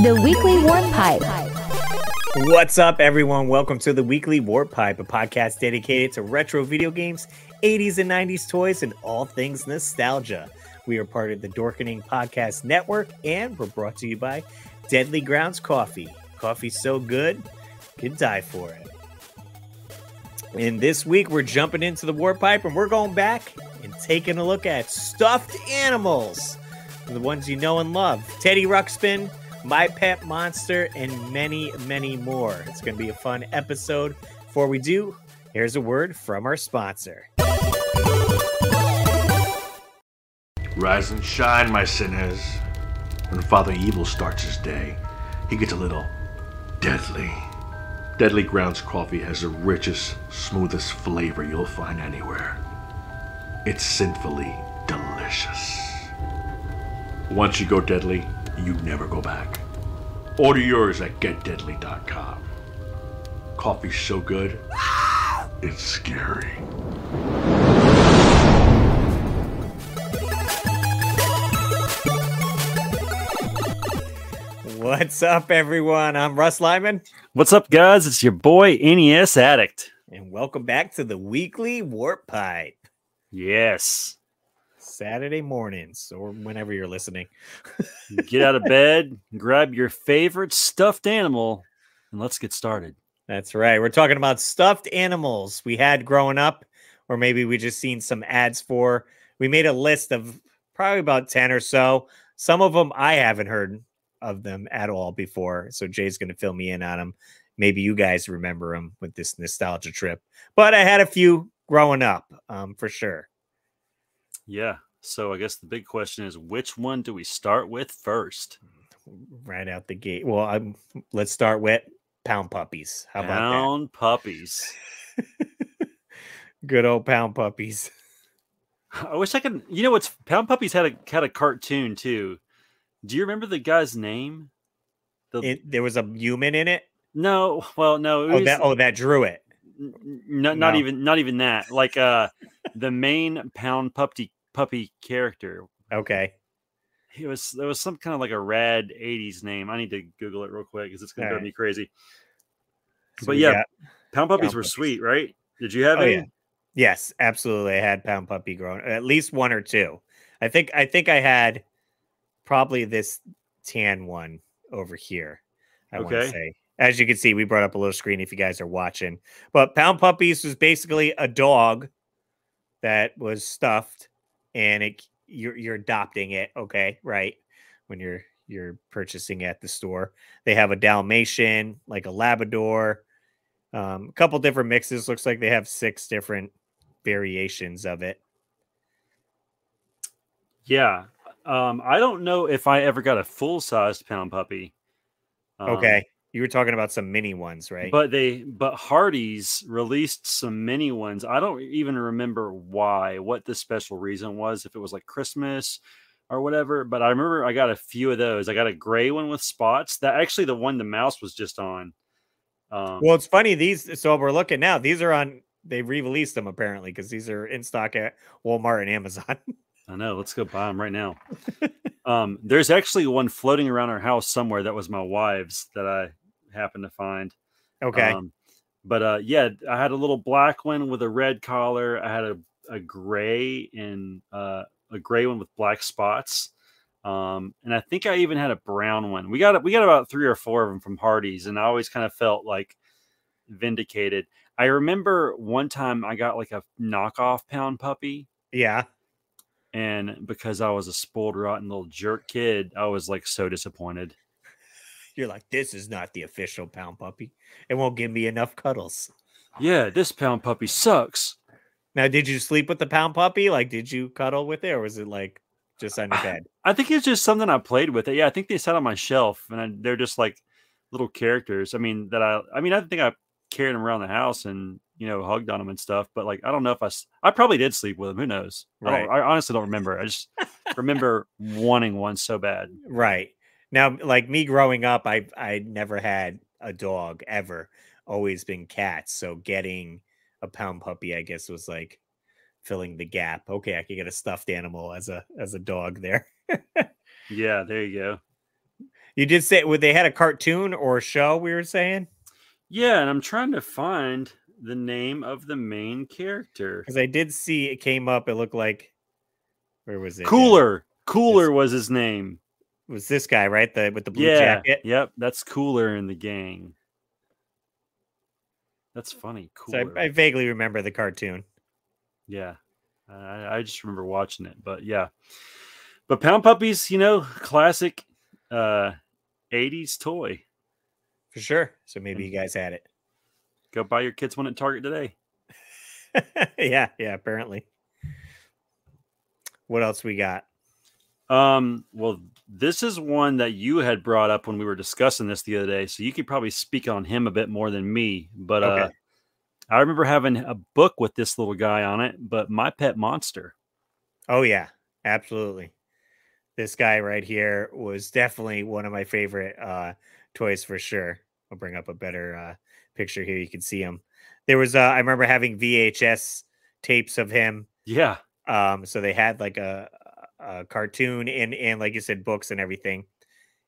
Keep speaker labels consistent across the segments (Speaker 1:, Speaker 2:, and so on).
Speaker 1: Weekly Warp Pipe.
Speaker 2: What's up, everyone? Welcome to the Weekly Warp Pipe, a podcast dedicated to retro video games, 80s and 90s toys, and all things nostalgia. We are part of the Dorkening Podcast Network, and we're brought to you by Deadly Grounds Coffee. Coffee's so good, could die for it. And this week, we're jumping into the Warp Pipe, and we're going back and taking a look at stuffed animals, the ones you know and love. Teddy Ruxpin, my Pet Monster, and many, many more. It's going to be a fun episode. Before we do, here's a word from our sponsor.
Speaker 3: Rise and shine, my sinners. When Father Evil starts his day, he gets a little deadly. Deadly Grounds coffee has the richest, smoothest flavor you'll find anywhere. It's sinfully delicious. Once you go deadly, you never go back. Order yours at getdeadly.com. Coffee's so good, it's scary.
Speaker 2: What's up, everyone? I'm Russ Lyman,
Speaker 4: What's up, guys? It's your boy NES Addict.
Speaker 2: and welcome back to the weekly Warp Pipe.
Speaker 4: Yes.
Speaker 2: Saturday mornings, or whenever you're listening.
Speaker 4: Get out of bed, grab your favorite stuffed animal, and let's get started.
Speaker 2: That's right. We're talking about stuffed animals we had growing up, or maybe we just seen some ads for. We made a list of probably about 10 or so. Some of them I haven't heard of them at all before. So Jay's going to fill me in on them. Maybe you guys remember them with this nostalgia trip. But I had a few growing up um, for sure.
Speaker 4: Yeah. So I guess the big question is which one do we start with first?
Speaker 2: Right out the gate. Well, I'm, let's start with pound puppies. How about that?
Speaker 4: Pound puppies.
Speaker 2: Good old pound puppies.
Speaker 4: I wish I could you know what's Pound Puppies had a had a cartoon too. Do you remember the guy's name? The
Speaker 2: It, there was a human in it.
Speaker 4: no, well, no, it
Speaker 2: Oh,
Speaker 4: was,
Speaker 2: that oh that drew it.
Speaker 4: n- n- not, not
Speaker 2: No.
Speaker 4: even not even that. Like uh the main pound puppy puppy character.
Speaker 2: Okay.
Speaker 4: It was there was some kind of like a rad 80s name. I need to Google it real quick because it's gonna drive
Speaker 2: Alright.
Speaker 4: me crazy.
Speaker 2: So
Speaker 4: But
Speaker 2: we
Speaker 4: yeah,
Speaker 2: got-
Speaker 4: Pound puppies
Speaker 2: Pound
Speaker 4: were
Speaker 2: puppies.
Speaker 4: sweet, right? Did you have
Speaker 2: Oh,
Speaker 4: any?
Speaker 2: yeah. yes, absolutely. I had pound puppy growing at least one or two. I think I think I had probably this tan one over here. I want to
Speaker 4: Okay.
Speaker 2: say. As you can see, we brought up a little screen if you guys are watching. But pound puppies was basically a dog that was stuffed, and it you're you're adopting it. Okay, right when you're you're purchasing at the store. They have a Dalmatian, like a Labrador, um, a couple different mixes. Looks like they have six different variations of it.
Speaker 4: Yeah. Um, I don't know if I ever got a full sized pound puppy. Um,
Speaker 2: okay, you were talking about some mini ones, right?
Speaker 4: But they but Hardee's released some mini ones. I don't even remember why, what the special reason was, if it was like Christmas or whatever. But I remember I got a few of those. I got a gray one with spots. That actually the one the mouse was just on. Um
Speaker 2: well, it's funny these. So we're looking now. These are on. They re-released them apparently because these are in stock at Walmart and Amazon.
Speaker 4: I know, let's go buy them right now. um there's actually one floating around our house somewhere that was my wife's that I happened to find.
Speaker 2: okay,
Speaker 4: Um, but uh, yeah, I had a little black one with a red collar. I had a, a gray and uh, a gray one with black spots. Um, and I think I even had a brown one. We got we got about three or four of them from Hardee's, and I always kind of felt like vindicated. I remember one time I got like a knockoff pound puppy,
Speaker 2: yeah.
Speaker 4: and because I was a spoiled, rotten little jerk kid, I was like so disappointed.
Speaker 2: You're like, this is not the official pound puppy. It won't give me enough cuddles.
Speaker 4: Yeah, this pound puppy sucks.
Speaker 2: Now, did you sleep with the pound puppy? Like, did you cuddle with it, or was it like just on your bed?
Speaker 4: I think it's just something I played with. Yeah, I think they sat on my shelf, and I, they're just like little characters. I mean, that I, I mean, I think I carried them around the house and you know hugged on them and stuff. But like, I don't know if I, s- I probably did sleep with them. Who knows? I, don't,
Speaker 2: Right.
Speaker 4: I honestly don't remember. I just remember wanting one so bad.
Speaker 2: Right. Now, like me growing up, I I never had a dog ever. Always been cats. So getting a pound puppy, I guess, was like filling the gap. Okay, I could get a stuffed animal as a as a dog there.
Speaker 4: Yeah, there you go.
Speaker 2: You did say well, they had a cartoon or a show. We were saying
Speaker 4: Yeah, and I'm trying to find the name of the main character.
Speaker 2: because I did see it came up. It looked like where was it? Yeah.
Speaker 4: Cooler. Cooler was his name.
Speaker 2: It was this guy right? The with the blue
Speaker 4: yeah.
Speaker 2: jacket.
Speaker 4: Yep. That's Cooler in the gang. That's funny. Cooler.
Speaker 2: So I, I vaguely remember the cartoon.
Speaker 4: Yeah. I, I just remember watching it, but yeah. But Pound Puppies, you know, classic uh 80s toy.
Speaker 2: For sure. So maybe you guys had it.
Speaker 4: Go buy your kids one at Target today.
Speaker 2: yeah, yeah, apparently. What else we got?
Speaker 4: Um, well, this is one that you had brought up when we were discussing this the other day, so you could probably speak on him a bit more than me. But
Speaker 2: Okay.
Speaker 4: uh, I remember having a book with this little guy on it, but my pet monster.
Speaker 2: Oh yeah, absolutely. This guy right here was definitely one of my favorite uh toys for sure. I'll bring up a better uh picture here. You can see him. There was uh I remember having VHS tapes of him.
Speaker 4: Yeah,
Speaker 2: Um so they had like a a cartoon and and like you said books and everything.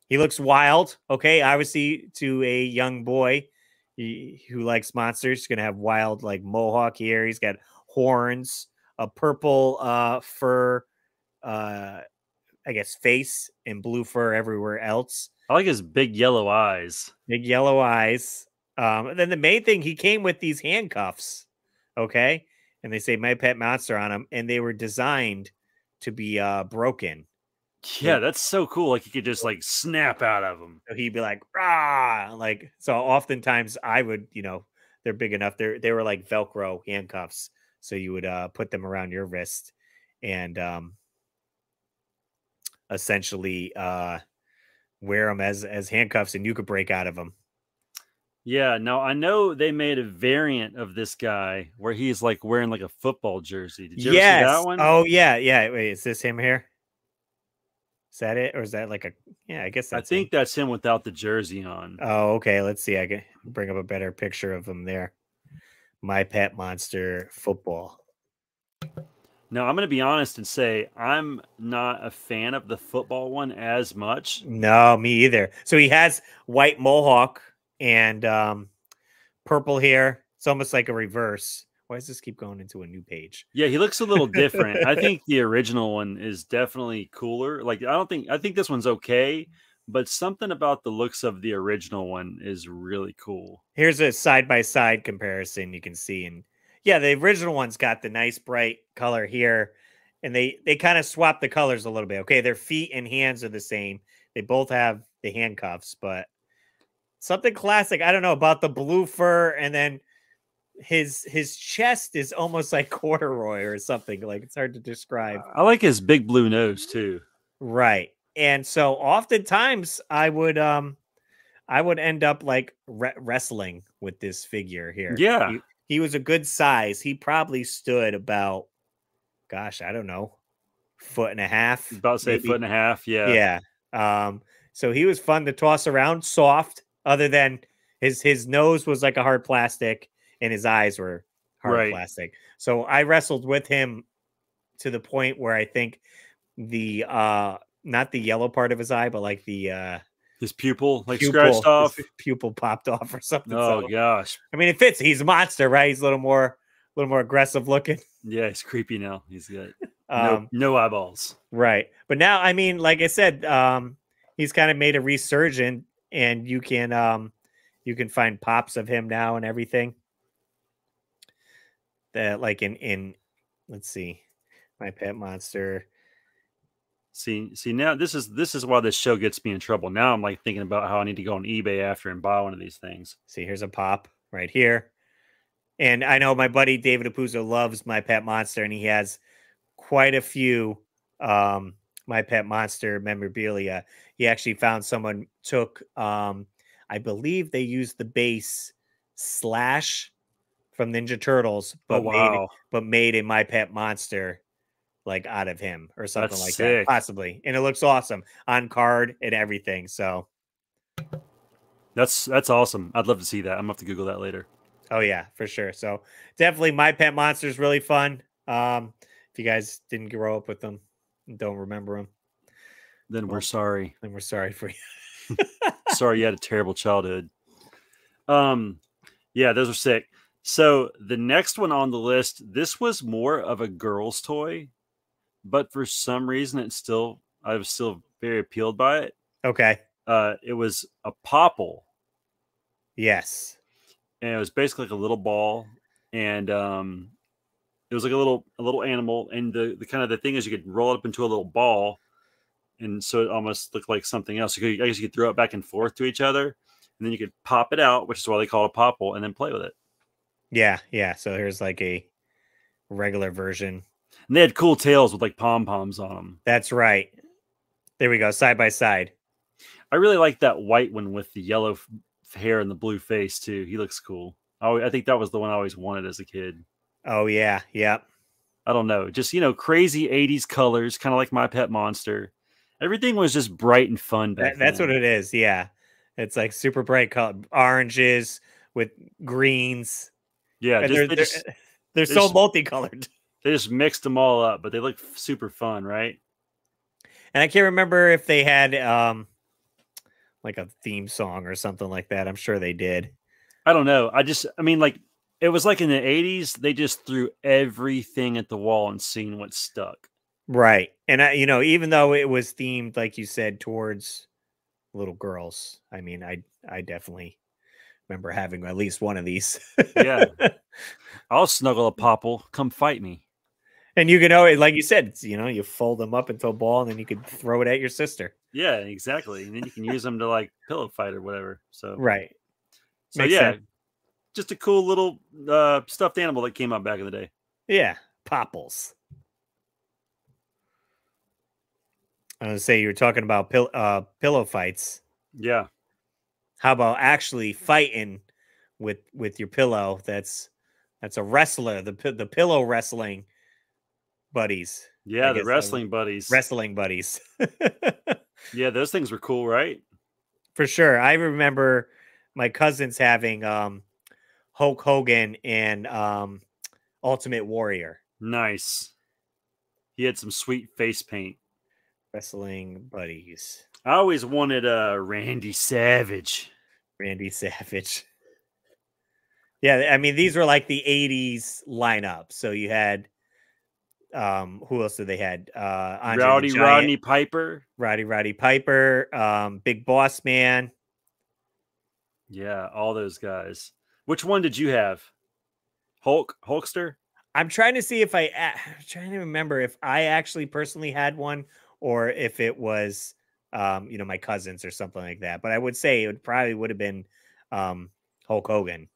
Speaker 2: He looks wild, okay? Obviously to a young boy he- who likes monsters, he's going to have wild like mohawk here. He's got horns a purple uh fur uh i guess face and blue fur everywhere else
Speaker 4: I like his big yellow eyes.
Speaker 2: big yellow eyes um and then the main thing he came with these handcuffs okay and they say my pet monster on them and they were designed to be uh broken
Speaker 4: Yeah, that's so cool. Like you could just like snap out of him.
Speaker 2: so he'd be like rah like so oftentimes i would you know they're big enough they're they were like velcro handcuffs so you would uh put them around your wrist and um essentially uh wear them as as handcuffs and you could break out of them
Speaker 4: Yeah, no, I know they made a variant of this guy where he's like wearing like a football jersey. Did you ever see that one?
Speaker 2: oh yeah yeah wait is this him here is that it or is that like a yeah i guess
Speaker 4: I
Speaker 2: that's him.
Speaker 4: think that's him without the jersey on.
Speaker 2: Oh, okay. Let's see. I can bring up a better picture of him there. My pet monster football.
Speaker 4: Now I'm going to be honest and say I'm not a fan of the football one as much.
Speaker 2: No, me either. So he has white mohawk and um, purple hair. It's almost like a reverse. Why does this keep going into a new page?
Speaker 4: Yeah, he looks a little different. I think the original one is definitely cooler. Like I don't think I think this one's okay, but something about the looks of the original one is really cool.
Speaker 2: Here's a side by side comparison you can see. And yeah, the original one's got the nice bright color here. And they they kind of swap the colors a little bit. Okay, their feet and hands are the same. They both have the handcuffs, but something classic. I don't know about the blue fur and then his his chest is almost like corduroy or something. Like it's hard to describe.
Speaker 4: I like his big blue nose too.
Speaker 2: Right. And so oftentimes I would um I would end up like re- wrestling with this figure here.
Speaker 4: Yeah.
Speaker 2: He, he was a good size. He probably stood about gosh, I don't know, foot and a half.
Speaker 4: About say a
Speaker 2: maybe.
Speaker 4: foot and a half. Yeah.
Speaker 2: Yeah. Um so he was fun to toss around, soft other than his his nose was like a hard plastic and his eyes were hard
Speaker 4: Right.
Speaker 2: plastic. So I wrestled with him to the point where I think the uh not the yellow part of his eye but like the uh
Speaker 4: His pupil like
Speaker 2: pupil-
Speaker 4: scratched off.
Speaker 2: his pupil popped off or something.
Speaker 4: Oh
Speaker 2: so,
Speaker 4: gosh.
Speaker 2: I mean it fits. He's a monster, right? He's a little more a little more aggressive looking.
Speaker 4: Yeah, he's creepy now. He's got no,
Speaker 2: Um
Speaker 4: no eyeballs.
Speaker 2: Right. But now, I mean, like I said, um, he's kind of made a resurgence and you can um you can find pops of him now and everything. That like in in let's see, my pet monster.
Speaker 4: See, see now this is this is why this show gets me in trouble. Now I'm like thinking about how I need to go on eBay after and buy one of these things.
Speaker 2: See, here's a pop right here. And I know my buddy David Apuzzo loves my pet monster, and he has quite a few um my pet monster memorabilia. He actually found someone took um I believe they used the base slash from Ninja Turtles, but
Speaker 4: oh
Speaker 2: made
Speaker 4: wow,
Speaker 2: but made a my pet monster like out of him or something
Speaker 4: That's
Speaker 2: like that.
Speaker 4: sick.
Speaker 2: Possibly. And it looks awesome on card and everything. So
Speaker 4: that's that's awesome. I'd love to see that. I'm gonna have to Google that later.
Speaker 2: Oh yeah, for sure. So definitely, My Pet Monster is really fun. Um, if you guys didn't grow up with them, and don't remember them,
Speaker 4: Then
Speaker 2: Well-
Speaker 4: we're sorry.
Speaker 2: then we're sorry for you.
Speaker 4: Sorry, you had a terrible childhood. Um, yeah, those are sick. So the next one on the list, this was more of a girl's toy, but for some reason, it still I was still very appealed by it.
Speaker 2: Okay.
Speaker 4: Uh, it was a popple,
Speaker 2: Yes.
Speaker 4: and it was basically like a little ball, and um, it was like a little a little animal, and the the kind of the thing is you could roll it up into a little ball, and so it almost looked like something else. You could, I guess you could throw it back and forth to each other, and then you could pop it out, which is why they call it a popple, and then play with it.
Speaker 2: Yeah. Yeah. So here's like a regular version.
Speaker 4: And they had cool tails with like pom poms on them.
Speaker 2: That's right. There we go. Side by side.
Speaker 4: I really like that white one with the yellow f- hair and the blue face too. He looks cool. I, alwa- I think that was the one I always wanted as a kid.
Speaker 2: Oh yeah. Yep.
Speaker 4: I don't know, just you know, crazy '80s colors, kind of like my pet monster. Everything was just bright and fun. Back
Speaker 2: That, that's what
Speaker 4: then.
Speaker 2: it is. Yeah. It's like super bright color oranges with greens.
Speaker 4: Yeah,
Speaker 2: and
Speaker 4: just,
Speaker 2: they're,
Speaker 4: they,
Speaker 2: they're,
Speaker 4: just,
Speaker 2: they're
Speaker 4: they
Speaker 2: so
Speaker 4: just-
Speaker 2: multicolored.
Speaker 4: they just mixed them all up, but they look f- super fun, right?
Speaker 2: And I can't remember if they had um like a theme song or something like that. I'm sure they did.
Speaker 4: I don't know. I just, I mean, like it was like in the '80s, they just threw everything at the wall and seen what stuck.
Speaker 2: Right. And I, you know, even though it was themed, like you said, towards little girls, I mean, I I definitely remember having at least one of these.
Speaker 4: Yeah, I'll snuggle
Speaker 2: Mm.
Speaker 4: a popple. Come fight me.
Speaker 2: and you can always, like you said, it's, you know, you fold them up into a ball and then you could throw it at your sister.
Speaker 4: Yeah, exactly. And then you can use them to like pillow fight or whatever. So,
Speaker 2: Right.
Speaker 4: so
Speaker 2: makes
Speaker 4: yeah,
Speaker 2: sense.
Speaker 4: just a cool little uh, stuffed animal that came out back in the day.
Speaker 2: Yeah. Popples. I was gonna say you were talking about pill- uh, pillow fights.
Speaker 4: Yeah,
Speaker 2: How about actually fighting with with your pillow? That's that's a wrestler. The pi- the pillow wrestling buddies,
Speaker 4: yeah,
Speaker 2: guess
Speaker 4: the
Speaker 2: I would-
Speaker 4: wrestling buddies.
Speaker 2: wrestling buddies,
Speaker 4: yeah, those things were cool, right?
Speaker 2: for sure. I remember my cousins having um, Hulk Hogan and um, Ultimate Warrior
Speaker 4: Nice. He had some sweet face paint.
Speaker 2: wrestling buddies.
Speaker 4: I always wanted uh Randy Savage.
Speaker 2: Randy Savage. Yeah, I mean these were like the '80s lineup. So you had, um, who else did they had? Uh, Andre the
Speaker 4: Rowdy
Speaker 2: Giant,
Speaker 4: Rodney Piper.
Speaker 2: Rowdy Roddy Piper, um, Big Boss Man.
Speaker 4: Yeah, all those guys. Which one did you have? Hulk Hulkster?
Speaker 2: I'm trying to see if I, a- I'm trying to remember if I actually personally had one or if it was, um, you know, my cousins or something like that. But I would say it would probably would have been, um, Hulk Hogan.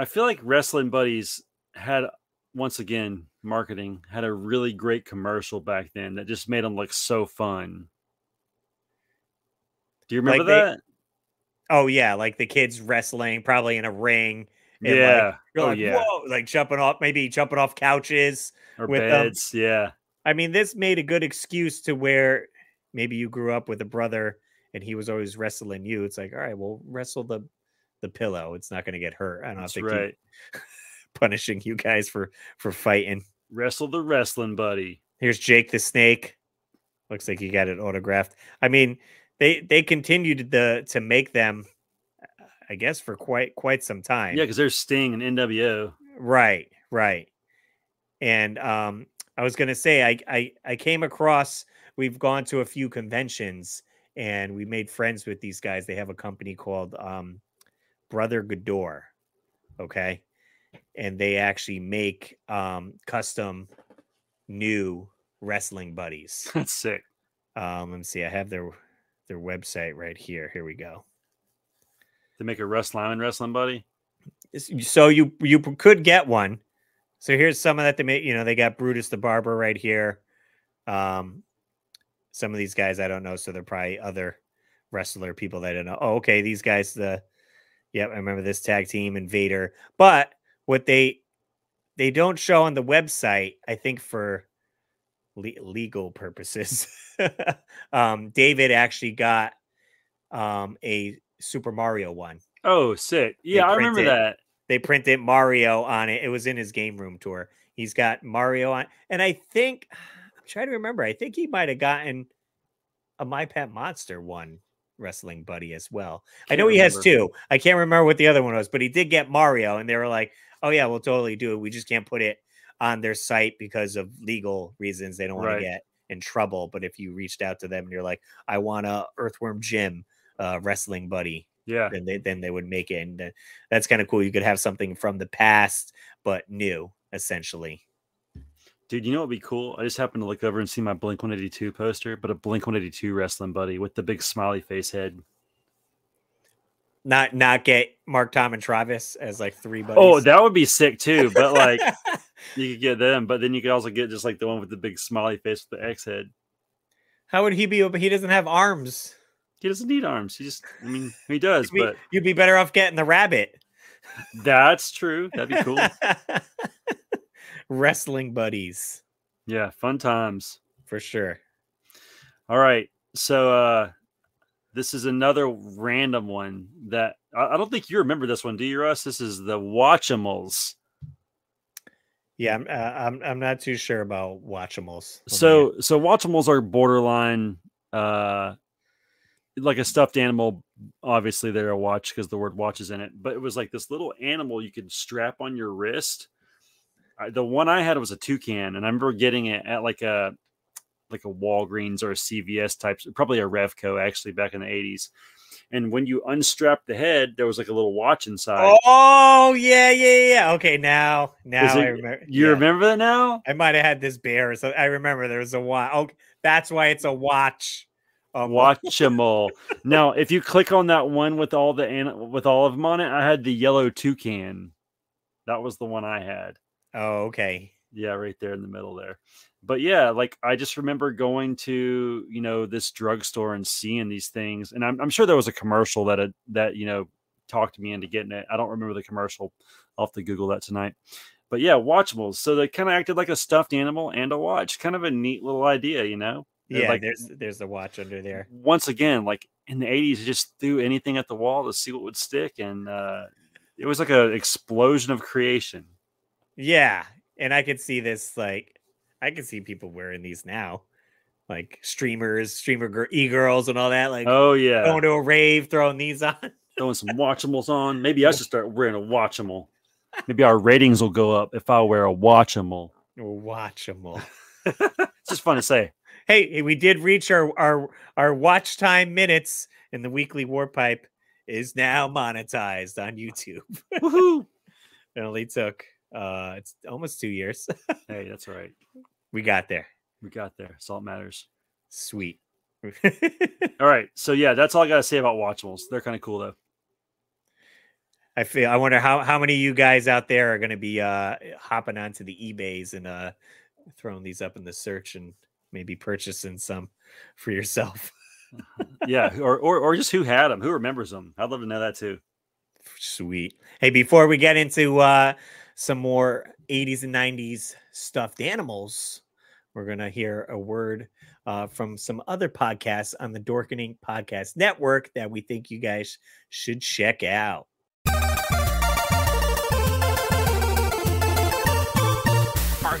Speaker 4: I feel like Wrestling Buddies had once again marketing had a really great commercial back then that just made them look so fun. Do you
Speaker 2: Like
Speaker 4: remember
Speaker 2: they-
Speaker 4: that?
Speaker 2: Oh yeah, like the kids wrestling, probably in a ring. and, like,
Speaker 4: yeah.
Speaker 2: You're
Speaker 4: oh
Speaker 2: like,
Speaker 4: yeah.
Speaker 2: whoa, like jumping off, maybe jumping off couches.
Speaker 4: Or
Speaker 2: with, um,
Speaker 4: beds. yeah.
Speaker 2: I mean, this made a good excuse to where maybe you grew up with a brother and he was always wrestling you. It's like, all right, well, wrestle the the pillow. It's not going to get hurt. I don't have
Speaker 4: That's
Speaker 2: to
Speaker 4: right.
Speaker 2: keep punishing you guys for for fighting.
Speaker 4: Wrestle the wrestling buddy.
Speaker 2: Here's Jake the Snake. Looks like you got it autographed. I mean, they they continued the to make them, I guess, for quite quite some time.
Speaker 4: Yeah, because there's Sting and NWO.
Speaker 2: Right, right. And um I was going to say I, I I came across we've gone to a few conventions and we made friends with these guys. They have a company called um Brother Gador, okay? And they actually make um custom new wrestling buddies.
Speaker 4: That's sick.
Speaker 2: Um let me see. I have their their website right here. Here we go.
Speaker 4: They make a Russ Lyman wrestling buddy.
Speaker 2: s- so you you p- could get one. So here's some of that they made. You know, they got Brutus the Barber right here. Um, some of these guys I don't know, so they're probably other wrestler people that I don't know. Oh, okay, these guys. The yep, I remember this tag team Invader. But what they they don't show on the website, I think for le- legal purposes, um, David actually got um a Super Mario one
Speaker 4: Oh, sick. Yeah, I remember
Speaker 2: printed-
Speaker 4: that.
Speaker 2: they printed Mario on it. It was in his game room tour. He's got Mario on, and I think I'm trying to remember. I think he might have gotten a My Pet Monster one wrestling buddy as well. I know he has two. I can't remember what the other one was, but he did get Mario, and they were like, "Oh yeah, we'll totally do it. We just can't put it on their site because of legal reasons. They don't want
Speaker 4: Right.
Speaker 2: to get in trouble." But if you reached out to them and you're like, "I want a Earthworm Jim uh, wrestling buddy,"
Speaker 4: Yeah.
Speaker 2: then they then they would make it, and th- that's kind of cool. You could have something from the past but new, essentially.
Speaker 4: Dude, you know what'd be cool? I just happened to look over and see my Blink 182 poster, but a Blink 182 wrestling buddy with the big smiley face head.
Speaker 2: Not not get Mark, Tom, and Travis as like three buddies.
Speaker 4: Oh, that would be sick too. But like you could get them, but then you could also get just like the one with the big smiley face with the X head.
Speaker 2: How would he be? But he doesn't have arms.
Speaker 4: He doesn't need arms. He just I mean he does,
Speaker 2: You'd be,
Speaker 4: but
Speaker 2: you'd be better off getting the rabbit.
Speaker 4: that's true. That'd be cool.
Speaker 2: Wrestling buddies
Speaker 4: Yeah, fun times.
Speaker 2: for sure.
Speaker 4: All right. So uh this is another random one that I, I don't think you remember this one, do you, Russ? This is the Watchimals.
Speaker 2: Yeah, I'm uh, I'm I'm not too sure about watchimals. Oh, man.
Speaker 4: So so Watchimals are borderline uh like a stuffed animal. Obviously, they're a watch because the word watch is in it, but it was like this little animal you could strap on your wrist. I, the one I had was a toucan, and I remember getting it at like a like a Walgreens or a CVS type, probably a Revco actually back in the 80s. And when you unstrapped the head, there was like a little watch inside.
Speaker 2: oh yeah, yeah, yeah. Okay, now now I
Speaker 4: it-
Speaker 2: remember.
Speaker 4: you
Speaker 2: yeah.
Speaker 4: remember that now?
Speaker 2: I might have had this bear. So I remember there was a watch. Oh, that's why it's a watch. Oh, A
Speaker 4: Watchable. now, if you click on that one with all the an- with all of them on it, I had the yellow toucan. That was the one I had.
Speaker 2: Oh, okay.
Speaker 4: Yeah, right there in the middle there. But yeah, like I just remember going to you know this drugstore and seeing these things, and I'm, I'm sure there was a commercial that it, that you know talked me into getting it. I don't remember the commercial. I'll have to Google that tonight. But yeah, watchables. So they kind of acted like a stuffed animal and a watch. Kind of a neat little idea, you know. They're
Speaker 2: Yeah,
Speaker 4: like- Mm-hmm.
Speaker 2: there's there's the watch under there.
Speaker 4: once again, like in the 80s, you just threw anything at the wall to see what would stick. And uh, it was like an explosion of creation.
Speaker 2: Yeah, and I could see this like I could see people wearing these now, like streamers, streamer gir- e girls, and all that. Like
Speaker 4: Oh, yeah.
Speaker 2: going to a rave, throwing these on.
Speaker 4: Throwing some watchables on. Maybe I should start wearing a watchable. Maybe our ratings will go up if I wear a watchable.
Speaker 2: Watchable.
Speaker 4: It's just fun to say.
Speaker 2: hey, we did reach our our our watch time minutes, and the weekly warpipe is now monetized on YouTube.
Speaker 4: Woohoo.
Speaker 2: It only took uh it's almost two years.
Speaker 4: Hey, that's all right.
Speaker 2: we got there.
Speaker 4: We got there. Salt matters.
Speaker 2: Sweet.
Speaker 4: All right. So, yeah, that's all I got to say about watchables. They're kind of cool, though.
Speaker 2: I feel I wonder how how many of you guys out there are gonna be uh hopping onto the eBays and uh throwing these up in the search and maybe purchasing some for yourself.
Speaker 4: Yeah. Or, or, or just who had them? Who remembers them? I'd love to know that, too.
Speaker 2: Sweet. Hey, before we get into uh some more 80s and 90s stuffed animals, we're gonna hear a word uh, from some other podcasts on the Dorkening Podcast Network that we think you guys should check out.
Speaker 1: Are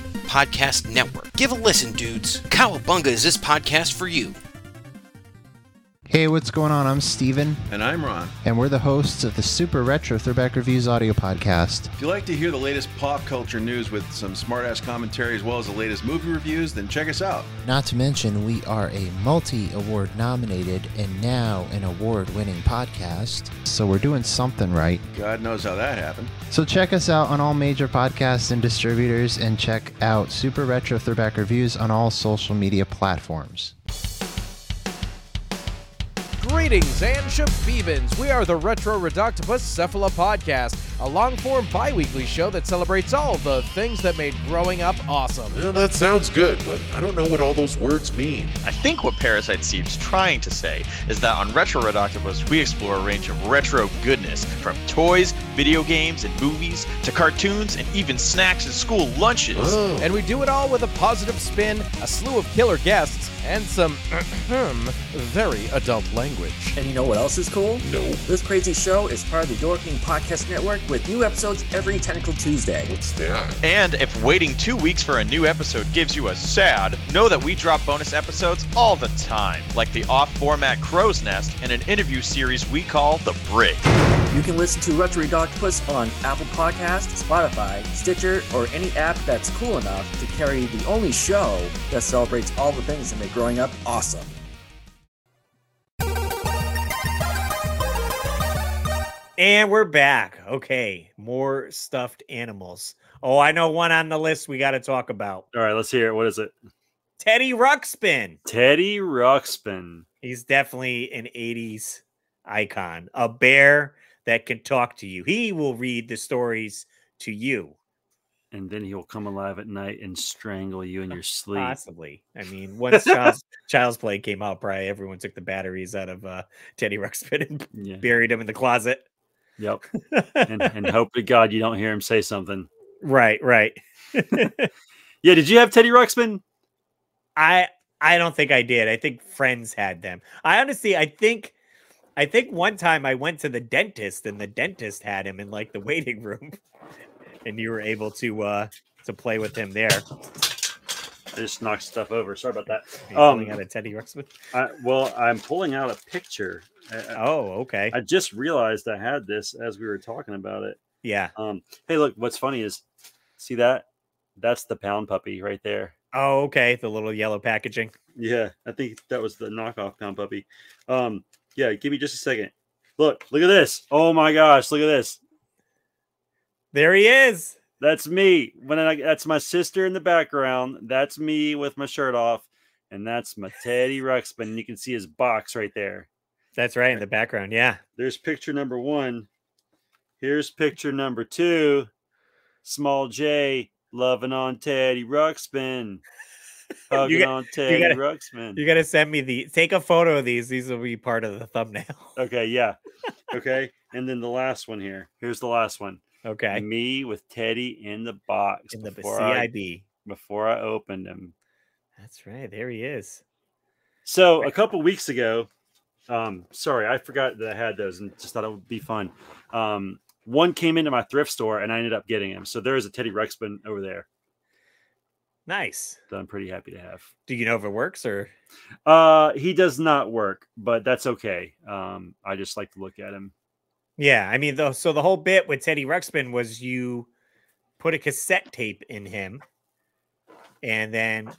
Speaker 1: Podcast Network. Give a listen, dudes. Cowabunga is this podcast for you.
Speaker 5: Hey, what's going on? I'm Steven,
Speaker 6: And I'm Ron.
Speaker 5: and we're the hosts of the Super Retro Throwback Reviews audio podcast.
Speaker 6: If you like to hear the latest pop culture news with some smart ass commentary as well as the latest movie reviews, then check us out.
Speaker 5: Not to mention, we are a multi award nominated and now an award winning podcast. So we're doing something right.
Speaker 6: God knows how that happened.
Speaker 5: So check us out on all major podcasts and distributors, and check out Super Retro Throwback Reviews on all social media platforms.
Speaker 7: Greetings and shabebans. We are the Retro Reductopus Cephala Podcast, a long form bi weekly show that celebrates all the things that made growing up awesome.
Speaker 8: Well, that sounds good, but I don't know what all those words mean.
Speaker 9: I think what Parasite seems trying to say is that on Retro Red Octopus, we explore a range of retro goodness from toys, video games, and movies to cartoons and even snacks and school lunches.
Speaker 8: Oh,
Speaker 7: And we do it all with a positive spin, a slew of killer guests, and some very adult language.
Speaker 10: And you know what else is cool?
Speaker 8: no.
Speaker 10: This crazy show is part of the Dorking Podcast Network with new episodes every Tentacle Tuesday.
Speaker 8: What's that?
Speaker 9: And if waiting two weeks for a new episode gives you a sad, know that we drop bonus episodes all the time, like the off format Crow's Nest and an interview series we call The Brick.
Speaker 10: You can listen to Retro Octopus on Apple Podcasts, Spotify, Stitcher, or any app that's cool enough to carry the only show that celebrates all the things that make growing up awesome.
Speaker 2: And we're back. Okay, more stuffed animals. Oh, I know one on the list we got to talk about.
Speaker 4: All right, let's hear it. What is it?
Speaker 2: Teddy Ruxpin.
Speaker 4: Teddy Ruxpin.
Speaker 2: He's definitely an 80s icon, a bear that can talk to you. He will read the stories to you,
Speaker 4: And then he'll come alive at night and strangle you in your sleep.
Speaker 2: possibly. I mean, once Child's, Child's Play came out, probably everyone took the batteries out of uh, Teddy Ruxpin and
Speaker 4: Yeah.
Speaker 2: buried him in the closet.
Speaker 4: Yep. And, and hope to God you don't hear him say something.
Speaker 2: right, right.
Speaker 4: Yeah. Did you have Teddy Ruxpin?
Speaker 2: I I don't think I did. I think friends had them. I honestly I think I think one time I went to the dentist and the dentist had him in like the waiting room and you were able to uh to play with him there.
Speaker 4: I just knocked stuff over. Sorry about that.
Speaker 2: Um,
Speaker 4: Um,
Speaker 2: out of Teddy Ruxpin.
Speaker 4: I, well, I'm pulling out a picture. I, I-
Speaker 2: Oh, okay.
Speaker 4: I just realized I had this as we were talking about it.
Speaker 2: yeah.
Speaker 4: Um, hey, look, what's funny is see that? That's the pound puppy right there.
Speaker 2: Oh, okay. The little yellow packaging.
Speaker 4: Yeah, I think that was the knockoff pound puppy. Um, yeah, give me just a second. Look, look at this. Oh my gosh, look at this.
Speaker 2: There he is.
Speaker 4: That's me. When I that's my sister in the background. That's me with my shirt off, and that's my Teddy Ruxpin. You can see his box right there.
Speaker 2: That's right in the background. Yeah.
Speaker 4: There's picture number one. Here's picture number two. Small J loving on Teddy Ruxpin. Hugging
Speaker 2: got-
Speaker 4: on Teddy
Speaker 2: gotta-
Speaker 4: Ruxpin.
Speaker 2: You got to send me the take a photo of these. These will be part of the thumbnail.
Speaker 4: Okay, yeah. Okay. And then the last one here. Here's the last one.
Speaker 2: okay.
Speaker 4: Me with Teddy in the box
Speaker 2: In the
Speaker 4: before I
Speaker 2: CIB.
Speaker 4: before I opened him.
Speaker 2: That's right. There he is.
Speaker 4: So a couple weeks ago, um, sorry, I forgot that I had those and just thought it would be fun. Um, one came into my thrift store and I ended up getting him. So there is a Teddy Ruxpin over there
Speaker 2: Nice.
Speaker 4: that I'm pretty happy to have.
Speaker 2: Do you know if it works or
Speaker 4: Uh, he does not work, but that's okay. Um, I just like to look at him.
Speaker 2: Yeah, I mean, though, so the whole bit with Teddy Ruxpin was you put a cassette tape in him, and then